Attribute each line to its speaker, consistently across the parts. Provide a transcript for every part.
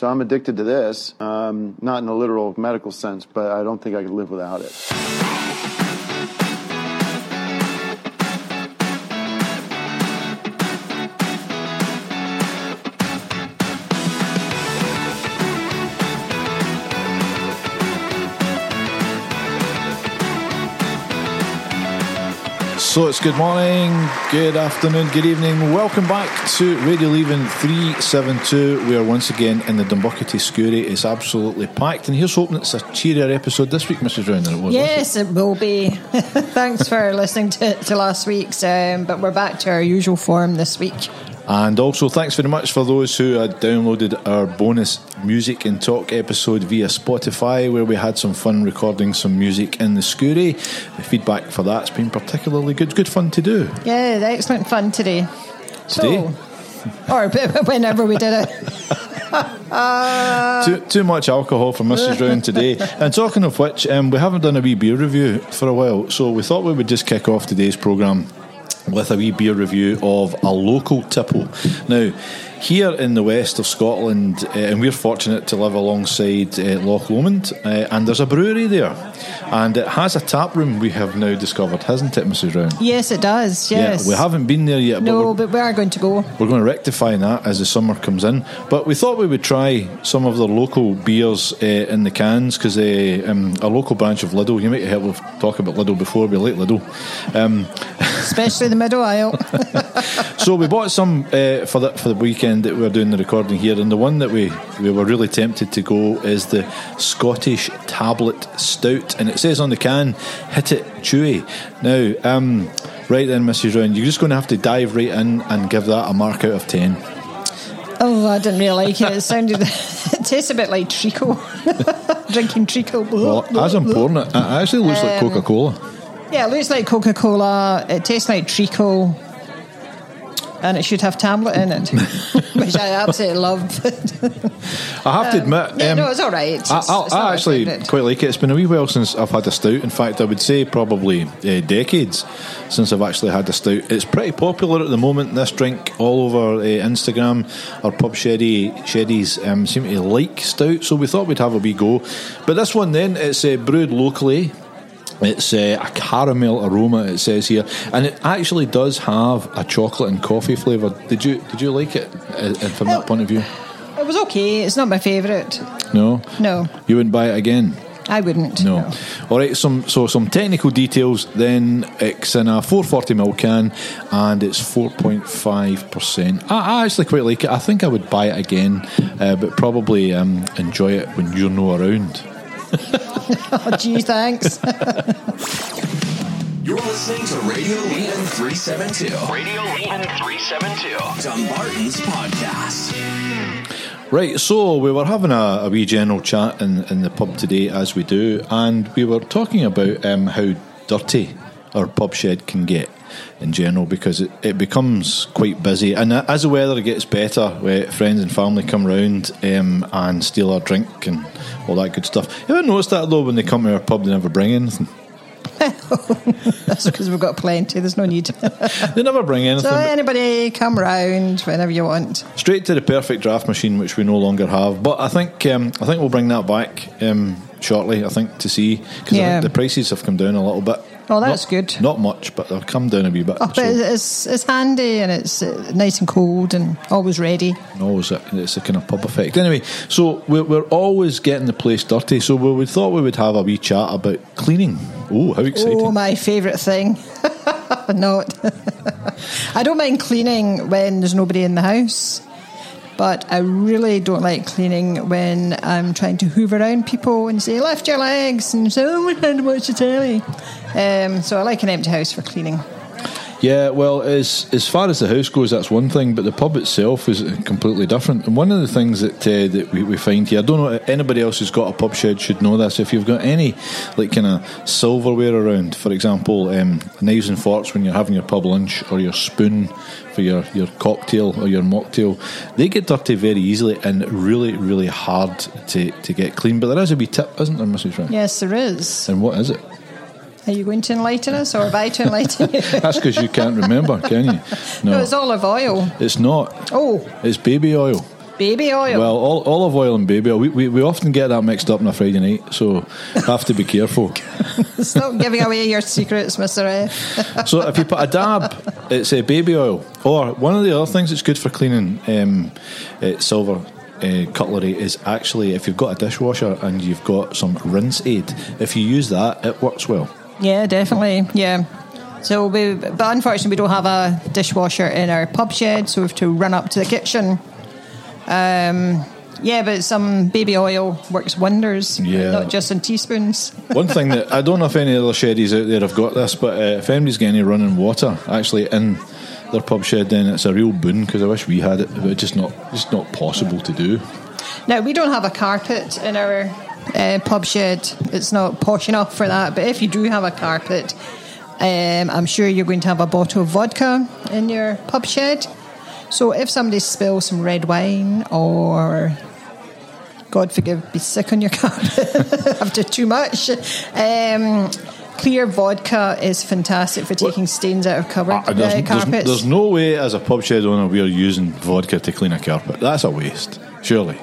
Speaker 1: So I'm addicted to this, um, not in a literal medical sense, but I don't think I could live without it.
Speaker 2: So it's good morning, good afternoon, good evening. Welcome back to Radio Leaving 372. We are once again in the Dumbuckety Scurry. It's absolutely packed, and here's hoping it's a cheerier episode this week, Mrs. Round, than it was last
Speaker 3: Yes, it will be. Thanks for listening to, to last week's, um, but we're back to our usual form this week.
Speaker 2: week. And also, thanks very much for those who had downloaded our bonus music and talk episode via Spotify, where we had some fun recording some music in the Scurry. The feedback for that's been particularly good. Good fun to do.
Speaker 3: Yeah, excellent fun today.
Speaker 2: Today?
Speaker 3: So, or whenever we did it.
Speaker 2: too, too much alcohol for Mrs. Round today. And talking of which, um, we haven't done a wee beer review for a while, so we thought we would just kick off today's programme with a wee beer review of a local tipple. Now, here in the west of Scotland, uh, and we're fortunate to live alongside uh, Loch Lomond, uh, and there's a brewery there, and it has a tap room we have now discovered, hasn't it, Mrs. Round?
Speaker 3: Yes, it does. Yes.
Speaker 2: Yeah, we haven't been there yet, but
Speaker 3: No,
Speaker 2: we're-
Speaker 3: but we are going to go.
Speaker 2: we're going to rectify that as the summer comes in. But we thought we would try some of the local beers uh, in the cans because um, a local branch of Lidl, you might have heard we've talked about Lidl before, we like Lidl. Um,
Speaker 3: Especially the middle aisle.
Speaker 2: so we bought some uh, for the for the weekend that we were doing the recording here, and the one that we we were really tempted to go is the Scottish Tablet Stout, and it says on the can, "Hit it chewy." Now, um, right then, Mrs. Round, you're just going to have to dive right in and give that a mark out of ten.
Speaker 3: oh, I didn't really like it. It sounded, it tastes a bit like treacle. Drinking treacle.
Speaker 2: Well, as important, it actually looks like
Speaker 3: Um,
Speaker 2: Coca Cola.
Speaker 3: Yeah, it looks like Coca Cola. It tastes like treacle. And it should have tablet in it, which I absolutely love.
Speaker 2: I have to admit,
Speaker 3: yeah,
Speaker 2: um,
Speaker 3: no, it's all right. It's-
Speaker 2: I,
Speaker 3: it's
Speaker 2: I,
Speaker 3: not
Speaker 2: I
Speaker 3: my
Speaker 2: actually
Speaker 3: favourite.
Speaker 2: quite like it. It's been a wee while since I've had a stout. In fact, I would say probably uh, decades since I've actually had a stout. It's pretty popular at the moment. This drink all over uh, Instagram. Our pub sheddy sheddies um, seem to like stout, so we thought we'd have a wee go. But this one then, it's uh, brewed locally. It's uh, a caramel aroma. It says here, and it actually does have a chocolate and coffee flavour. Did you did you like it uh, uh, from that point of view?
Speaker 3: It was okay. It's not my favourite.
Speaker 2: No.
Speaker 3: No,
Speaker 2: You wouldn't buy it again.
Speaker 3: I wouldn't.
Speaker 2: No. All right. Some so some technical details. Then it's in a 440 ml can, and it's 4.5 percent. I, I actually quite like it. I think I would buy it again, uh, but probably um, enjoy it when you're no around.
Speaker 3: Oh, gee, thanks.
Speaker 4: You're listening to Radio Leland 372,
Speaker 5: Radio Leland 372.
Speaker 4: Dumbarton's podcast.
Speaker 2: Right, so we were having a, a wee general chat in, in the pub today, as we do, and we were talking about um, how dirty our pub shed can get in general because it, it becomes quite busy. And uh, as the weather gets better, where friends and family come round um, and steal our drink and all that good stuff. You ever notice that though when they come to our pub, they never bring anything?
Speaker 3: That's because we've got plenty. There's no need.
Speaker 2: They never bring anything.
Speaker 3: So anybody, come round whenever you want.
Speaker 2: straight to the perfect draft machine, which we no longer have. But I think um, I think we'll bring that back um, shortly. I think to see because
Speaker 3: Yeah.
Speaker 2: the prices have come down a little bit.
Speaker 3: Oh, that's
Speaker 2: Not-
Speaker 3: good.
Speaker 2: Not much, but they've come down a wee bit.
Speaker 3: Oh,
Speaker 2: so
Speaker 3: but it's, it's it's handy and it's uh, nice and cold and always ready.
Speaker 2: always a- it's a kind of pub effect. Anyway, so we're, we're always getting the place dirty. So we, we thought we would have a wee chat about cleaning. Oh, how exciting!
Speaker 3: Oh, my favourite thing. Not. I don't mind cleaning when there's nobody in the house, but I really don't like cleaning when I'm trying to hoover around people and say, lift your legs, and say, oh, we're trying to watch the telly. Um, so I like an empty house for cleaning.
Speaker 2: Yeah, well, as as far as the house goes, that's one thing, but the pub itself is completely different. And one of the things that uh, that we, we find here, I don't know anybody else who's got a pub shed should know this. If you've got any like kind of silverware around, for example, um, knives and forks when you're having your pub lunch, or your spoon for your your cocktail or your mocktail, they get dirty very easily and really really hard to to get clean. But there is a wee tip, isn't there, Mrs. Ryan?
Speaker 3: Yes, there is.
Speaker 2: And what is it?
Speaker 3: Are you going to enlighten us or have I to enlighten you?
Speaker 2: That's because you can't remember, can you?
Speaker 3: no, it's olive oil.
Speaker 2: it's not.
Speaker 3: Oh,
Speaker 2: It's baby oil.
Speaker 3: Baby oil.
Speaker 2: Well, ol- olive oil and baby oil, we, we, we often get that mixed up on a Friday night, so have to be careful.
Speaker 3: Stop giving away your secrets, Mr. F.
Speaker 2: so if you put a dab, it's a baby oil. Or one of the other things that's good for cleaning um, uh, silver uh, cutlery is actually if you've got a dishwasher and you've got some rinse aid, if you use that, it works well.
Speaker 3: Yeah, definitely. Yeah. So we, but unfortunately, we don't have a dishwasher in our pub shed, so we have to run up to the kitchen. Um, yeah, but some baby oil works wonders.
Speaker 2: Yeah.
Speaker 3: Not just in teaspoons.
Speaker 2: One thing that I don't know if any other sherries out there have got this, but uh, if anybody's got any running water actually in their pub shed, then it's a real boon because I wish we had it, but it's just not just not possible to do.
Speaker 3: Now we don't have a carpet in our uh, pub shed. It's not posh enough for that. But if you do have a carpet, um, I'm sure you're going to have a bottle of vodka in your pub shed. So if somebody spills some red wine or God forgive, be sick on your carpet after too much. Um, clear vodka is fantastic for taking stains out of cupboard,
Speaker 2: And there's,
Speaker 3: uh,
Speaker 2: there's-
Speaker 3: carpets.
Speaker 2: there's no way as a pub shed owner we're using vodka to clean a carpet. That's a waste, surely.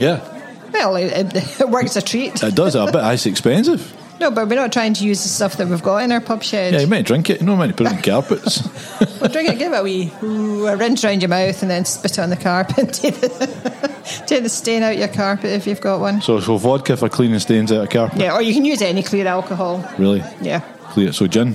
Speaker 2: Yeah,
Speaker 3: well, it, it works a treat.
Speaker 2: it does a bit. It's expensive.
Speaker 3: No, but we're not trying to use the stuff that we've got in our pub shed.
Speaker 2: Yeah, you might drink it. You know, might put it in carpets.
Speaker 3: Well, drink it, give it a wee ooh, a rinse round your mouth, and then spit it on the carpet. take, the, take the stain out your carpet if you've got one.
Speaker 2: so, so vodka for cleaning stains out of carpet.
Speaker 3: Yeah, or you can use any clear alcohol.
Speaker 2: Really?
Speaker 3: Yeah,
Speaker 2: Clear. So gin.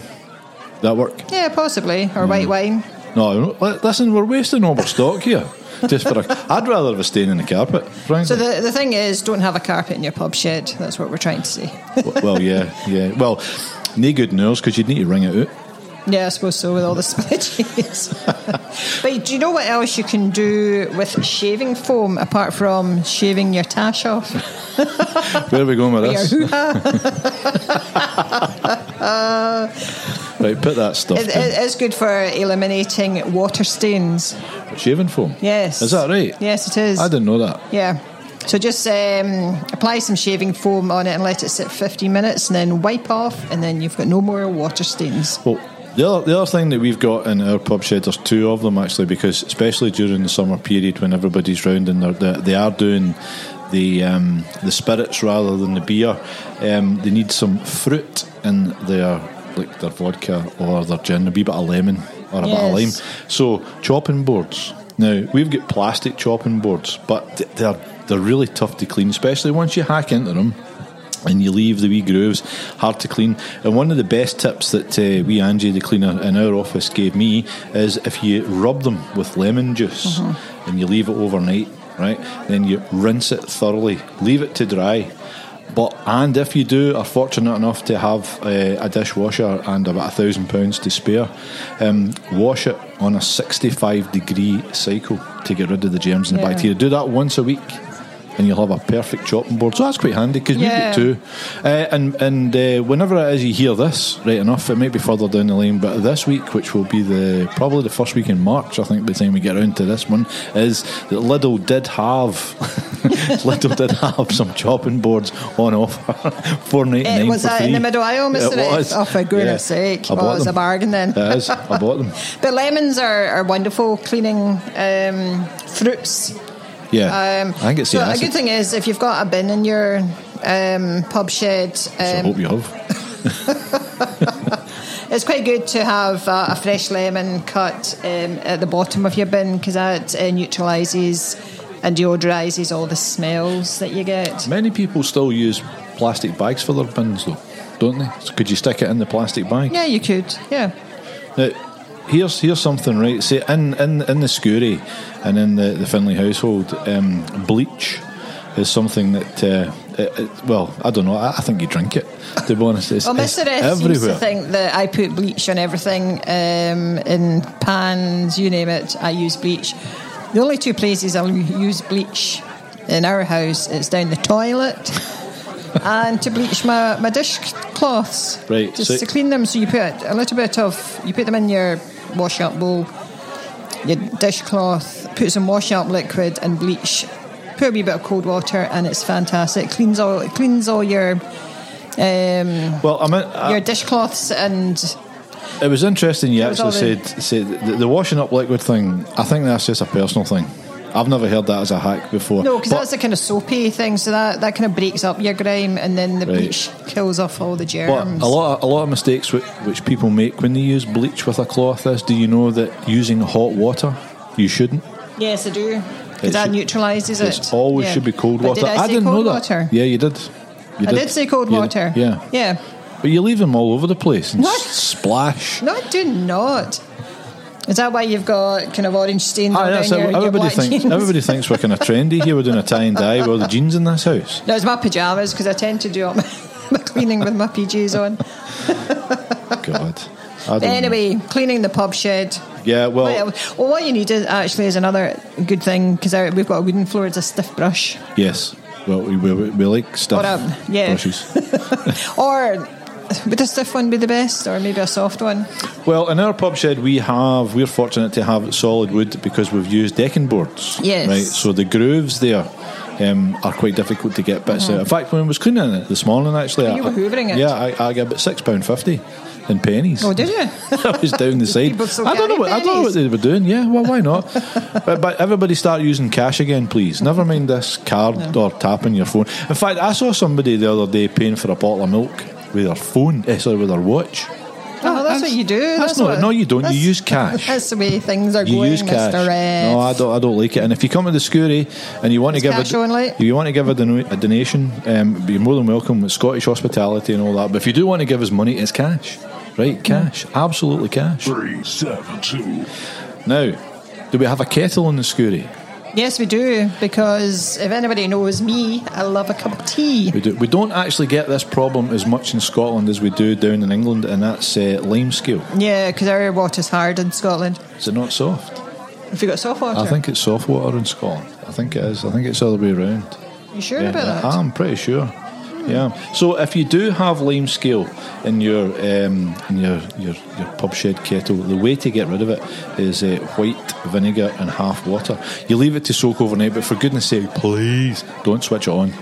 Speaker 2: That work?
Speaker 3: yeah, possibly, or white
Speaker 2: Hmm.
Speaker 3: wine.
Speaker 2: No, li- listen, we're wasting all our stock here. Just for a, I'd rather have a stain in the carpet, frankly.
Speaker 3: So the the thing is, don't have a carpet in your pub shed. That's what we're trying to say.
Speaker 2: W- well, yeah, yeah. Well, no good news because you'd need to wring it out.
Speaker 3: Yeah, I suppose so with all the splitches. but do you know what else you can do with shaving foam apart from shaving your tash off?
Speaker 2: Where are we going with
Speaker 3: Your
Speaker 2: this? right, put that stuff.
Speaker 3: It,
Speaker 2: down.
Speaker 3: it is good for eliminating water stains.
Speaker 2: Shaving foam.
Speaker 3: Yes.
Speaker 2: Is that right?
Speaker 3: Yes, it is.
Speaker 2: I didn't know that.
Speaker 3: Yeah. So just um, apply some shaving foam on it and let it sit 15 minutes and then wipe off, and then you've got no more water stains.
Speaker 2: Well, the other, the other thing that we've got in our pub shed, there's two of them actually, because especially during the summer period when everybody's round and they're, they they are doing the um, the spirits rather than the beer, um, they need some fruit in their like their vodka or their gin, a wee bit of lemon or a bit of lime.
Speaker 3: Yes.
Speaker 2: So chopping boards. Now we've got plastic chopping boards, but th- they're they're really tough to clean, especially once you hack into them and you leave the wee grooves hard to clean. And one of the best tips that uh, we Angie, the cleaner in our office, gave me is if you rub them with lemon juice and you leave it overnight, right, then you rinse it thoroughly, leave it to dry. But and if you do are fortunate enough to have uh, a dishwasher and about a thousand pounds to spare, um, wash it on a 65 degree cycle to get rid of the germs and the
Speaker 3: Yeah.
Speaker 2: bacteria. Do that once a week, and you'll have a perfect chopping board. So that's quite handy because we've got
Speaker 3: Yeah.
Speaker 2: two. Uh, and and uh, whenever it is you hear this, right enough, it might be further down the line, but this week, which will be the probably the first week in March, I think, by the time we get around to this one, is that Lidl did have Lidl did have some chopping boards on offer for ninety nine.
Speaker 3: Eh, was that in the middle aisle, Mr.
Speaker 2: It was.
Speaker 3: Oh, for goodness sake.
Speaker 2: I
Speaker 3: Well,
Speaker 2: bought
Speaker 3: it's a
Speaker 2: them.
Speaker 3: bargain then.
Speaker 2: It is. I bought them.
Speaker 3: But lemons are, are wonderful cleaning um, fruits.
Speaker 2: Yeah,
Speaker 3: Um,
Speaker 2: I think it's
Speaker 3: so
Speaker 2: the
Speaker 3: a
Speaker 2: acid.
Speaker 3: good thing is if you've got a bin in your um, pub shed,
Speaker 2: So I
Speaker 3: um,
Speaker 2: hope you have.
Speaker 3: it's quite good to have uh, a fresh lemon cut um, at the bottom of your bin because that uh, neutralises and deodorises all the smells that you get.
Speaker 2: Many people still use plastic bags for their bins, though, don't they? So could you stick it in the plastic bag?
Speaker 3: Yeah, you could. Yeah.
Speaker 2: Now, here's here's something, right? Say in in in the Scourie and in the the Finlay household, um, bleach is something that. Uh, it, it, well, I don't know. I, I think you drink it. To be honest, it's,
Speaker 3: Well,
Speaker 2: it's
Speaker 3: Mr. S used to
Speaker 2: everywhere.
Speaker 3: think that I put bleach on everything um, in pans, you name it. I use bleach. The only two places I'll use bleach in our house is down the toilet and to bleach my, my dishcloths.
Speaker 2: Right,
Speaker 3: Just
Speaker 2: so-
Speaker 3: to clean them. So you put a little bit of, you put them in your wash up bowl, your dishcloth, put some wash up liquid and bleach. Put a wee bit of cold water and it's fantastic. It cleans all, it cleans all your. Um,
Speaker 2: well, I mean, I-
Speaker 3: your dishcloths and
Speaker 2: it was interesting. You
Speaker 3: was
Speaker 2: actually
Speaker 3: all the-
Speaker 2: said said the, the washing up liquid thing. I think that's just a personal thing. I've never heard that as a hack before.
Speaker 3: No, because
Speaker 2: But-
Speaker 3: that's the kind of soapy thing. So that, that kind of breaks up your grime, and then the
Speaker 2: Right.
Speaker 3: bleach kills off all the
Speaker 2: But
Speaker 3: germs.
Speaker 2: a lot, of, a lot of mistakes which, which people make when they use bleach with a cloth is: do you know that using hot water, you shouldn't?
Speaker 3: Yes, I do.
Speaker 2: It
Speaker 3: Because that
Speaker 2: should-
Speaker 3: neutralises it.
Speaker 2: It always
Speaker 3: Yeah.
Speaker 2: should be cold
Speaker 3: But
Speaker 2: water.
Speaker 3: Did I, say
Speaker 2: didn't
Speaker 3: cold
Speaker 2: know
Speaker 3: water?
Speaker 2: that. Yeah, you did. You
Speaker 3: I did say cold
Speaker 2: You-
Speaker 3: water.
Speaker 2: Yeah.
Speaker 3: Yeah.
Speaker 2: but you leave them all over the place and
Speaker 3: What?
Speaker 2: s- splash.
Speaker 3: No, I do not. Is that why you've got kind of orange stains all
Speaker 2: Aye,
Speaker 3: down
Speaker 2: that's
Speaker 3: your,
Speaker 2: it.
Speaker 3: your
Speaker 2: Everybody
Speaker 3: black
Speaker 2: thinks
Speaker 3: jeans?
Speaker 2: everybody thinks we're kind of trendy here. We're doing a tie and dye. We're the jeans in this house.
Speaker 3: No, it's my pajamas because I tend to do all my, my cleaning with my PJs on.
Speaker 2: God. I don't
Speaker 3: But anyway, cleaning the pub shed.
Speaker 2: know. Yeah. Well.
Speaker 3: Well, well, what you need is actually is another good thing because we've got a wooden floor. It's a stiff brush,
Speaker 2: Yes. Well, we, we, we like stuff.
Speaker 3: What up? Yeah.
Speaker 2: Brushes.
Speaker 3: or would a stiff one be the best, or maybe a soft one?
Speaker 2: Ah, Well, in our pub shed, we have we're fortunate to have solid wood because we've used decking boards.
Speaker 3: Yes.
Speaker 2: Right. So the grooves there. Um, are quite difficult to get bits out. In fact, when I was cleaning it this morning, actually,
Speaker 3: Mm-hmm. You were hoovering it.
Speaker 2: Yeah, I, I got about six pound fifty in pennies.
Speaker 3: Oh, did you?
Speaker 2: I was down the side.
Speaker 3: People still
Speaker 2: I don't know.
Speaker 3: carry
Speaker 2: What, I don't know what they were doing. Yeah, well, why not? but, but everybody start using cash again, please. Never mind this card or tapping your phone. In fact, I saw somebody the other day paying for a bottle of milk with their phone. eh, Sorry, with their watch.
Speaker 3: Oh, that's, what you do.
Speaker 2: That's, not.
Speaker 3: what-
Speaker 2: no, you don't. You
Speaker 3: that's-
Speaker 2: use cash.
Speaker 3: That's the way things are
Speaker 2: You
Speaker 3: going,
Speaker 2: use cash.
Speaker 3: Mr. Red.
Speaker 2: No, I don't. I don't like it. And if you come to the Scourie and you want
Speaker 3: It's
Speaker 2: to give
Speaker 3: cash
Speaker 2: a,
Speaker 3: only.
Speaker 2: if you want to give a, dono- a donation, um, you're more than welcome with Scottish hospitality and all that. But if you do want to give us money, it's cash,
Speaker 3: Mm-hmm.
Speaker 2: right? Cash, absolutely cash.
Speaker 6: Three, seven, two.
Speaker 2: Now, do we have a kettle in the Scourie?
Speaker 3: Yes, we do, because if anybody knows me, I love a cup of tea.
Speaker 2: We do. We don't actually get this problem as much in Scotland as we do down in England, and that's uh, lime scale.
Speaker 3: Yeah, because our water's hard in Scotland.
Speaker 2: Is it not soft?
Speaker 3: Have you got soft water?
Speaker 2: I think it's soft water in Scotland. I think it is. I think it's the other way around.
Speaker 3: You sure
Speaker 2: Yeah,
Speaker 3: about that?
Speaker 2: I'm pretty sure. Yeah. So if you do have lime scale in your um, in your, your your pub shed kettle, the way to get rid of it is uh, white vinegar and half water. You leave it to soak overnight, but for goodness sake, please don't switch it on.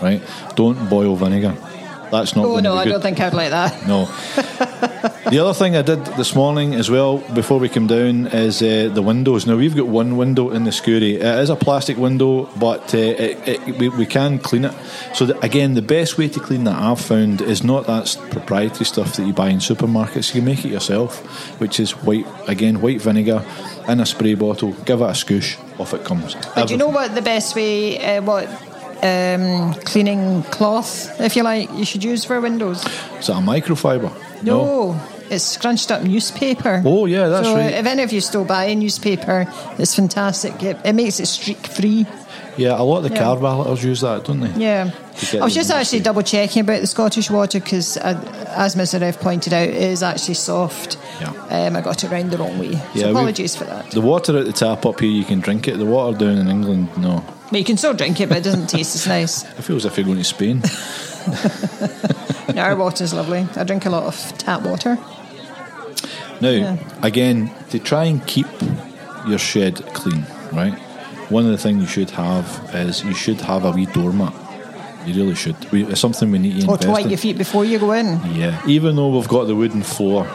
Speaker 2: Right? Don't boil vinegar. That's not.
Speaker 3: oh,
Speaker 2: going
Speaker 3: no,
Speaker 2: to
Speaker 3: I
Speaker 2: be good.
Speaker 3: don't think I'd like that.
Speaker 2: No. the other thing I did this morning as well, before we came down, is uh, the windows. Now, we've got one window in the Scourie. It is a plastic window, but uh, it, it, we, we can clean it. So, that, again, the best way to clean that I've found is not that s- proprietary stuff that you buy in supermarkets. You make it yourself, which is white, again, white vinegar in a spray bottle. Give it a scoosh, off it comes.
Speaker 3: But do you know what the best way, uh, what um, cleaning cloth, if you like, you should use for windows?
Speaker 2: Is that a microfiber?
Speaker 3: No. It's scrunched up newspaper.
Speaker 2: Oh, yeah, that's
Speaker 3: so
Speaker 2: right.
Speaker 3: If any of you still buy a newspaper, it's fantastic. It, it makes it streak free.
Speaker 2: Yeah, a lot of the
Speaker 3: Yeah.
Speaker 2: car valeters use that, don't they?
Speaker 3: Yeah.
Speaker 2: To get
Speaker 3: I was
Speaker 2: the
Speaker 3: just actually
Speaker 2: moisture.
Speaker 3: double checking about the Scottish water because, as Mr. Rev pointed out, it is actually soft.
Speaker 2: Yeah.
Speaker 3: Um, I got it round the wrong way. So
Speaker 2: Yeah, we-
Speaker 3: apologies for that.
Speaker 2: The water at the tap up here, you can drink it. The water down in England, no.
Speaker 3: But you can still drink it, but it doesn't taste as nice.
Speaker 2: It feels if you're going to Spain.
Speaker 3: No, our water's lovely. I drink a lot of tap water.
Speaker 2: now,
Speaker 3: Yeah.
Speaker 2: again, to try and keep your shed clean, right? One of the things you should have is you should have a wee doormat. You really should. We, it's something we need to
Speaker 3: Or
Speaker 2: invest
Speaker 3: Oh, to wipe
Speaker 2: in.
Speaker 3: your feet before you go in.
Speaker 2: Yeah, even though we've got the wooden floor,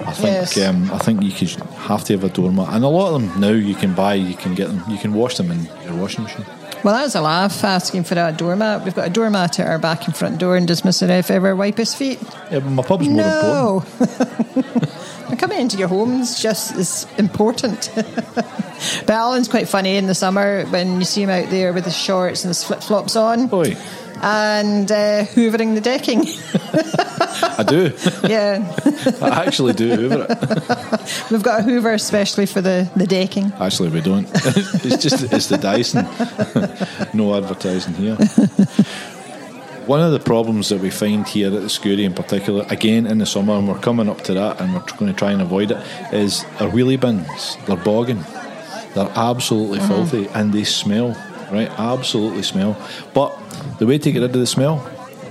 Speaker 2: I think
Speaker 3: Yes.
Speaker 2: um, I think you could have to have a doormat, and a lot of them now you can buy, you can get them, you can wash them in your washing machine.
Speaker 3: Well, that was a laugh asking for a doormat. We've got a doormat at our back and front door, and does Mr. F ever wipe his feet?
Speaker 2: Yeah, but my pub's more important.
Speaker 3: no. Now, Coming into your home's just as important. but Alan's quite funny in the summer when you see him out there with his shorts and his flip flops on
Speaker 2: Oi,
Speaker 3: and uh, hoovering the decking.
Speaker 2: I do.
Speaker 3: yeah,
Speaker 2: I actually do hoover it.
Speaker 3: we've got a hoover especially for the, the decking.
Speaker 2: Actually, we don't. it's just it's the Dyson. no advertising here. One of the problems that we find here at the Scourie in particular, again in the summer, and we're coming up to that and we're going to try and avoid it, is our wheelie bins. They're bogging. They're absolutely filthy and they smell, right? Absolutely smell. But the way to get rid of the smell,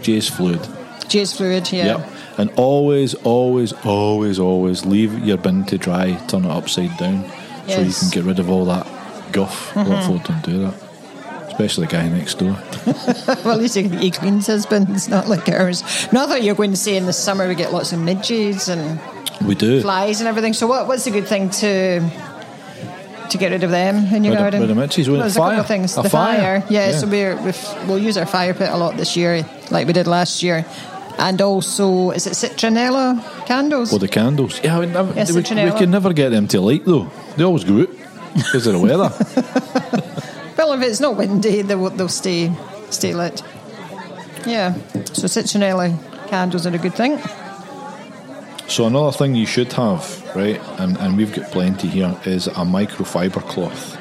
Speaker 2: Jay's fluid.
Speaker 3: Jay's fluid, yeah.
Speaker 2: Yep. And always, always, always, always leave your bin to dry, turn it upside down so you
Speaker 3: Yes. Mm-hmm.
Speaker 2: can get rid of all that guff. A lot of folk don't do that. Especially the guy next door.
Speaker 3: Well, at least he, he cleans his bins, not like ours. Not that you're going to say in the summer we get lots of midges and
Speaker 2: We do.
Speaker 3: flies and everything. So what, what's a good thing to to get rid of them in your
Speaker 2: Rid of-
Speaker 3: garden.
Speaker 2: rid of Mitchie's, wouldn't
Speaker 3: Well, there's
Speaker 2: it?
Speaker 3: a couple of
Speaker 2: Fire.
Speaker 3: things.
Speaker 2: A
Speaker 3: the
Speaker 2: fire.
Speaker 3: fire, yeah.
Speaker 2: Yeah.
Speaker 3: So we're we've, we'll use our fire pit a lot this year, like we did last year, and also is it citronella candles?
Speaker 2: Or the candles. Yeah, we, never,
Speaker 3: Yes,
Speaker 2: we,
Speaker 3: citronella.
Speaker 2: we can never get them to light though. They always go out because of the weather.
Speaker 3: well, if it's not windy, they will, they'll stay stay lit. Yeah. So citronella candles are a good thing.
Speaker 2: So another thing you should have, right, and, and we've got plenty here, is a microfiber cloth,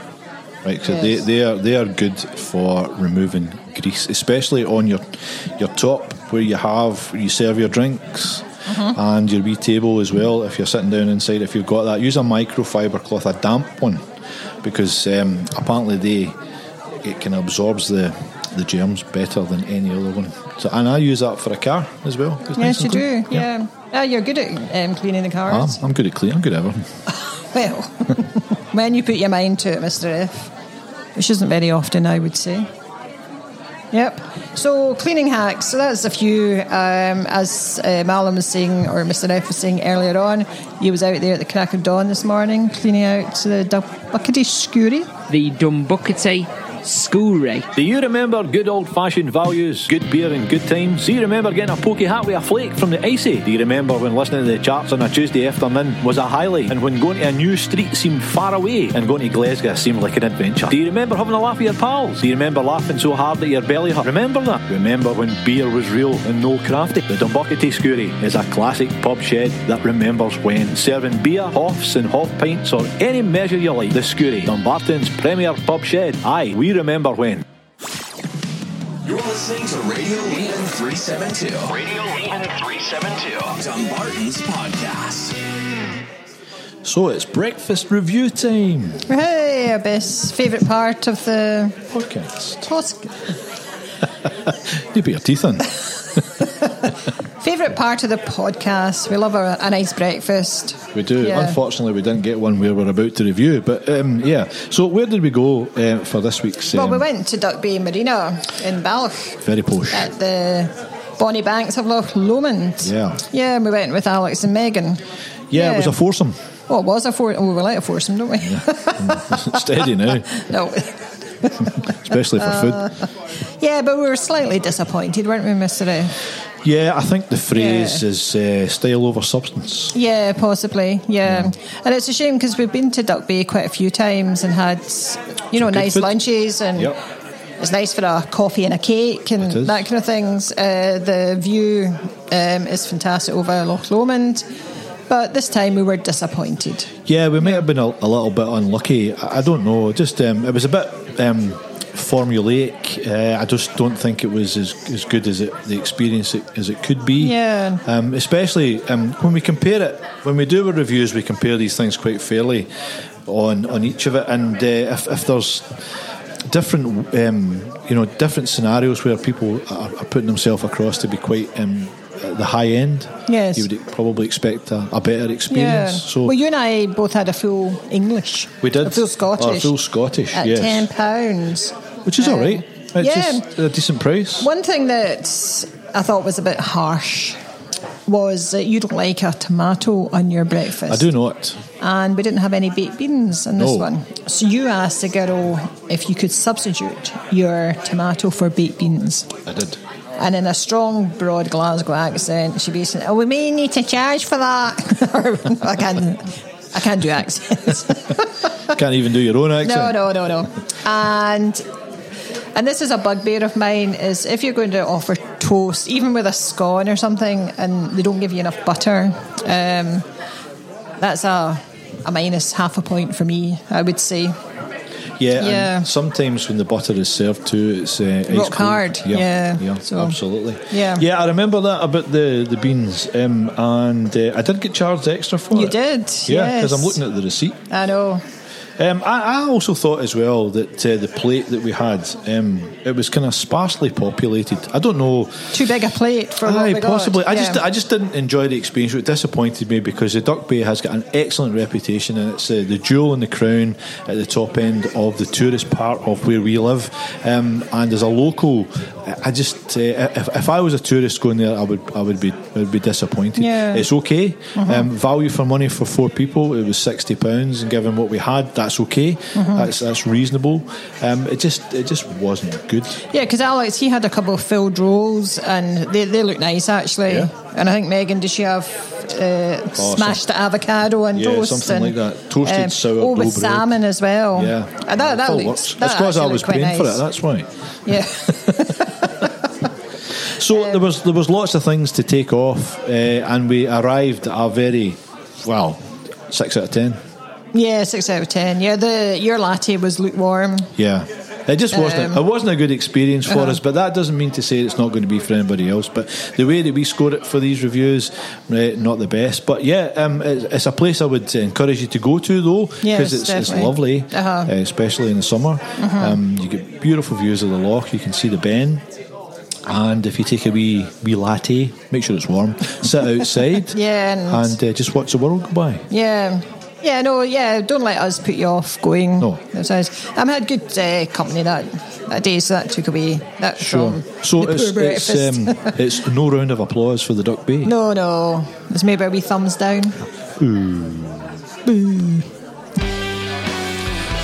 Speaker 2: right? So they,
Speaker 3: Yes.
Speaker 2: they are they are good for removing grease, especially on your your top where you have you serve your drinks
Speaker 3: Mm-hmm.
Speaker 2: and your wee table as well. If you're sitting down inside, if you've got that, use a microfiber cloth, a damp one, because um, apparently they it can absorbs the the germs better than any other one. So and I use that for a car as well. It's nice
Speaker 3: Yes, you
Speaker 2: and
Speaker 3: do.
Speaker 2: clean.
Speaker 3: Yeah. Ah, you're good at um, cleaning the
Speaker 2: I'm,
Speaker 3: cars.
Speaker 2: I'm good at clean. I'm good at everything.
Speaker 3: Well, when you put your mind to it, Mr. F, which isn't very often, I would say. Yep. So, cleaning hacks. So, that's a few. Um, as uh, Malum was saying, or Mr. F was saying earlier on, he was out there at the crack of dawn this morning cleaning out the Buckety Scuri.
Speaker 6: The Dumbuckety Schoolray.
Speaker 7: Do you remember good old fashioned values, good beer and good times? Do you remember getting a pokey hat with a flake from the icy? Do you remember when listening to the charts on a Tuesday afternoon was a highlight and when going to a new street seemed far away and going to Glasgow seemed like an adventure? Do you remember having a laugh with your pals? Do you remember laughing so hard that your belly hurt? Remember that? Remember when beer was real and no crafty? The Dumbuckety Scourie is a classic pub shed that remembers when serving beer, hoffs and hoff pints or any measure you like. The Scourie, Dumbarton's premier pub shed. Aye, we remember when.
Speaker 4: You're listening to Radio Leon 372,
Speaker 5: Radio Leon 372.
Speaker 4: Dumbarton's podcast.
Speaker 2: So it's breakfast review time.
Speaker 3: Hey, our best favourite part of the
Speaker 2: Podcast.
Speaker 3: podcast.
Speaker 2: You put your teeth in.
Speaker 3: Favourite part of the podcast. We love a, a nice breakfast.
Speaker 2: We do.
Speaker 3: Yeah.
Speaker 2: Unfortunately, we didn't get one where we're about to review. But um, yeah. So where did we go uh, for this week's? Um,
Speaker 3: Well, we went to Duck Bay Marina in Balch.
Speaker 2: Very posh.
Speaker 3: at the Bonnie Banks of Loch Lomond.
Speaker 2: Yeah.
Speaker 3: Yeah, and we went with Alex and Megan.
Speaker 2: yeah, it was a foursome.
Speaker 3: Well, it was a four. Oh, we like a foursome, don't we?
Speaker 2: Steady now,
Speaker 3: no.
Speaker 2: especially for food.
Speaker 3: Yeah, but we were slightly disappointed, weren't we, Mr. F?
Speaker 2: Yeah, I think the phrase
Speaker 3: Yeah.
Speaker 2: is uh, style over substance.
Speaker 3: Yeah, possibly. Yeah. And it's a shame because we've been to Duck Bay quite a few times and had, you know,
Speaker 2: good
Speaker 3: nice
Speaker 2: food.
Speaker 3: lunches and.
Speaker 2: Yep.
Speaker 3: It's nice for a coffee and a cake and
Speaker 2: It is.
Speaker 3: that kind of things. Uh, the view um, is fantastic over Loch Lomond, but this time we were disappointed.
Speaker 2: Yeah, we might have been a, a little bit unlucky. I, I don't know. Just um, it was a bit um, formulaic. Uh, I just don't think it was as, as good as it the experience it, as it could be.
Speaker 3: Yeah.
Speaker 2: Um, especially um, when we compare it, when we do our reviews, we compare these things quite fairly on on each of it. And uh, if, if there's different, um, you know, different scenarios where people are, are putting themselves across to be quite. Um, at the high end,
Speaker 3: Yes.
Speaker 2: you would probably expect a, a better experience. So
Speaker 3: well, you and I both had a full English.
Speaker 2: we did.
Speaker 3: A full Scottish.
Speaker 2: Or full Scottish,
Speaker 3: At
Speaker 2: yes.
Speaker 3: ten pounds. Um,
Speaker 2: Which is all right. It's
Speaker 3: yeah.
Speaker 2: just a decent price.
Speaker 3: One thing that I thought was a bit harsh was that you don't like a tomato on your breakfast.
Speaker 2: I do not.
Speaker 3: And we didn't have any baked beans in this
Speaker 2: No.
Speaker 3: one. So you asked the girl if you could substitute your tomato for baked beans.
Speaker 2: I did.
Speaker 3: And in a strong, broad Glasgow accent, she basically, "Oh, we may need to charge for that." I can't, I can't do accents.
Speaker 2: Can't even do your own accent.
Speaker 3: No, no, no, no. And and this is a bugbear of mine is if you're going to offer toast, even with a scone or something, and they don't give you enough butter, um, that's a a minus half a point for me, I would say.
Speaker 2: Yeah,
Speaker 3: Yeah.
Speaker 2: and sometimes when the butter is served too, it's uh, ice
Speaker 3: Rock
Speaker 2: cold.
Speaker 3: hard, yeah,
Speaker 2: yeah,
Speaker 3: so-
Speaker 2: absolutely.
Speaker 3: Yeah.
Speaker 2: yeah. I remember that about the the beans, um, and uh, I did get charged extra for it.
Speaker 3: You did,
Speaker 2: yeah, because
Speaker 3: yes.
Speaker 2: I'm looking at the receipt.
Speaker 3: I know.
Speaker 2: Um, I, I also thought as well that uh, the plate that we had, um, it was kind of sparsely populated. I don't know.
Speaker 3: Too big a plate for what
Speaker 2: Aye,
Speaker 3: we got.
Speaker 2: possibly. I just
Speaker 3: Oh Yeah.
Speaker 2: I just didn't enjoy the experience. It disappointed me because the Duck Bay has got an excellent reputation, and it's uh, the jewel in the crown at the top end of the tourist part of where we live. Um, and there's a local I just uh, if, if I was a tourist going there, I would I would be I would be disappointed.
Speaker 3: Yeah. Uh-huh.
Speaker 2: It's okay. Um, value for money for four people, it was sixty pounds, and given what we had, that's okay.
Speaker 3: Uh-huh.
Speaker 2: That's that's reasonable. Um, it just it just wasn't good.
Speaker 3: Yeah, because Alex, he had a couple of filled rolls, and they, they look nice actually.
Speaker 2: Yeah.
Speaker 3: And I think Megan, did she have uh,
Speaker 2: some-
Speaker 3: smashed avocado and
Speaker 2: Yeah,
Speaker 3: toast?
Speaker 2: something
Speaker 3: and,
Speaker 2: like that. Toasted sourdough
Speaker 3: Oh, with
Speaker 2: bread.
Speaker 3: salmon as well.
Speaker 2: Yeah,
Speaker 3: and Oh. Uh, that, that
Speaker 2: Still
Speaker 3: looks. That
Speaker 2: It's because I
Speaker 3: actually
Speaker 2: was
Speaker 3: looked quite
Speaker 2: paying for it.
Speaker 3: nice.
Speaker 2: That's why.
Speaker 3: Yeah.
Speaker 2: So there was there was lots of things to take off, uh, and we arrived at a very well six out of ten.
Speaker 3: Yeah, six out of ten. Yeah, the your latte was lukewarm.
Speaker 2: Yeah. It just wasn't.
Speaker 3: Um,
Speaker 2: it wasn't a good experience for
Speaker 3: uh-huh.
Speaker 2: us, but that doesn't mean to say it's not going to be for anybody else. But the way that we scored it for these reviews, eh, not the best. But yeah, um, it's, it's a place I would encourage you to go to though, because
Speaker 3: Yes,
Speaker 2: it's, it's
Speaker 3: definitely.
Speaker 2: lovely,
Speaker 3: Uh-huh. Mm-hmm.
Speaker 2: eh, especially in the summer. Um, you get beautiful views of the loch. You can see the Ben. And if you take a wee wee latte, make sure it's warm. Sit outside,
Speaker 3: Yeah, and-
Speaker 2: and uh, just watch the world go by.
Speaker 3: Yeah. Yeah, no, yeah, don't let us put you off going.
Speaker 2: No.
Speaker 3: That's nice. Um, I had good uh, company that, that day, so that took away that
Speaker 2: Sure.
Speaker 3: from
Speaker 2: So
Speaker 3: the
Speaker 2: it's
Speaker 3: poor
Speaker 2: it's,
Speaker 3: breakfast.
Speaker 2: um, it's no round of applause for the Duck Bay.
Speaker 3: no, no. It's maybe a wee thumbs down.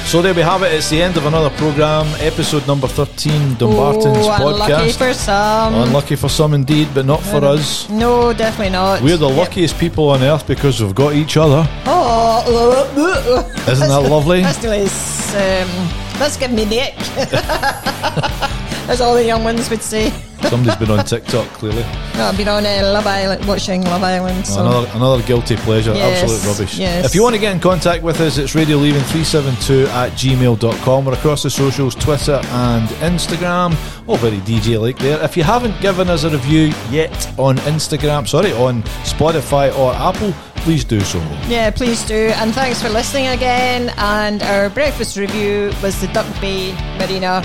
Speaker 2: So there we have it. It's the end of another program, episode number thirteen, Dumbarton's
Speaker 3: oh,
Speaker 2: podcast.
Speaker 3: unlucky for some. Mm.
Speaker 2: Unlucky for some indeed, but not for us.
Speaker 3: no, definitely not.
Speaker 2: We're the luckiest people on earth because we've got each other.
Speaker 3: Oh,
Speaker 2: Isn't that lovely?
Speaker 3: That's nice. Um, that's giving me the ick. As all the young ones would say.
Speaker 2: Somebody's been on TikTok clearly.
Speaker 3: No, I've been on uh, Love Island, watching Love Island. So.
Speaker 2: Another another guilty pleasure,
Speaker 3: Yes,
Speaker 2: absolute rubbish.
Speaker 3: yes.
Speaker 2: If you want to get in contact with us, it's radio leaving 372 at gmail.com. We're across the socials, Twitter and Instagram. All very DJ like there. If you haven't given us a review yet on Instagram, sorry, on Spotify or Apple, please do so.
Speaker 3: Yeah, please do. And thanks for listening again. And our breakfast review was the Duck Bay Marina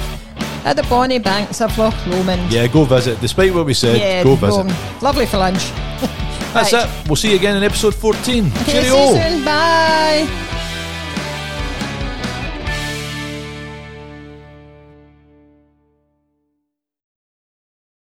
Speaker 3: at the bonny banks of Loch Lomond.
Speaker 2: Yeah, go visit. Despite what we said,
Speaker 3: Yeah,
Speaker 2: go visit.
Speaker 3: Lovely for lunch.
Speaker 2: That's
Speaker 3: Right.
Speaker 2: it. We'll see you again in episode 14.
Speaker 3: Okay,
Speaker 2: Cheerio.
Speaker 3: see you soon. Bye.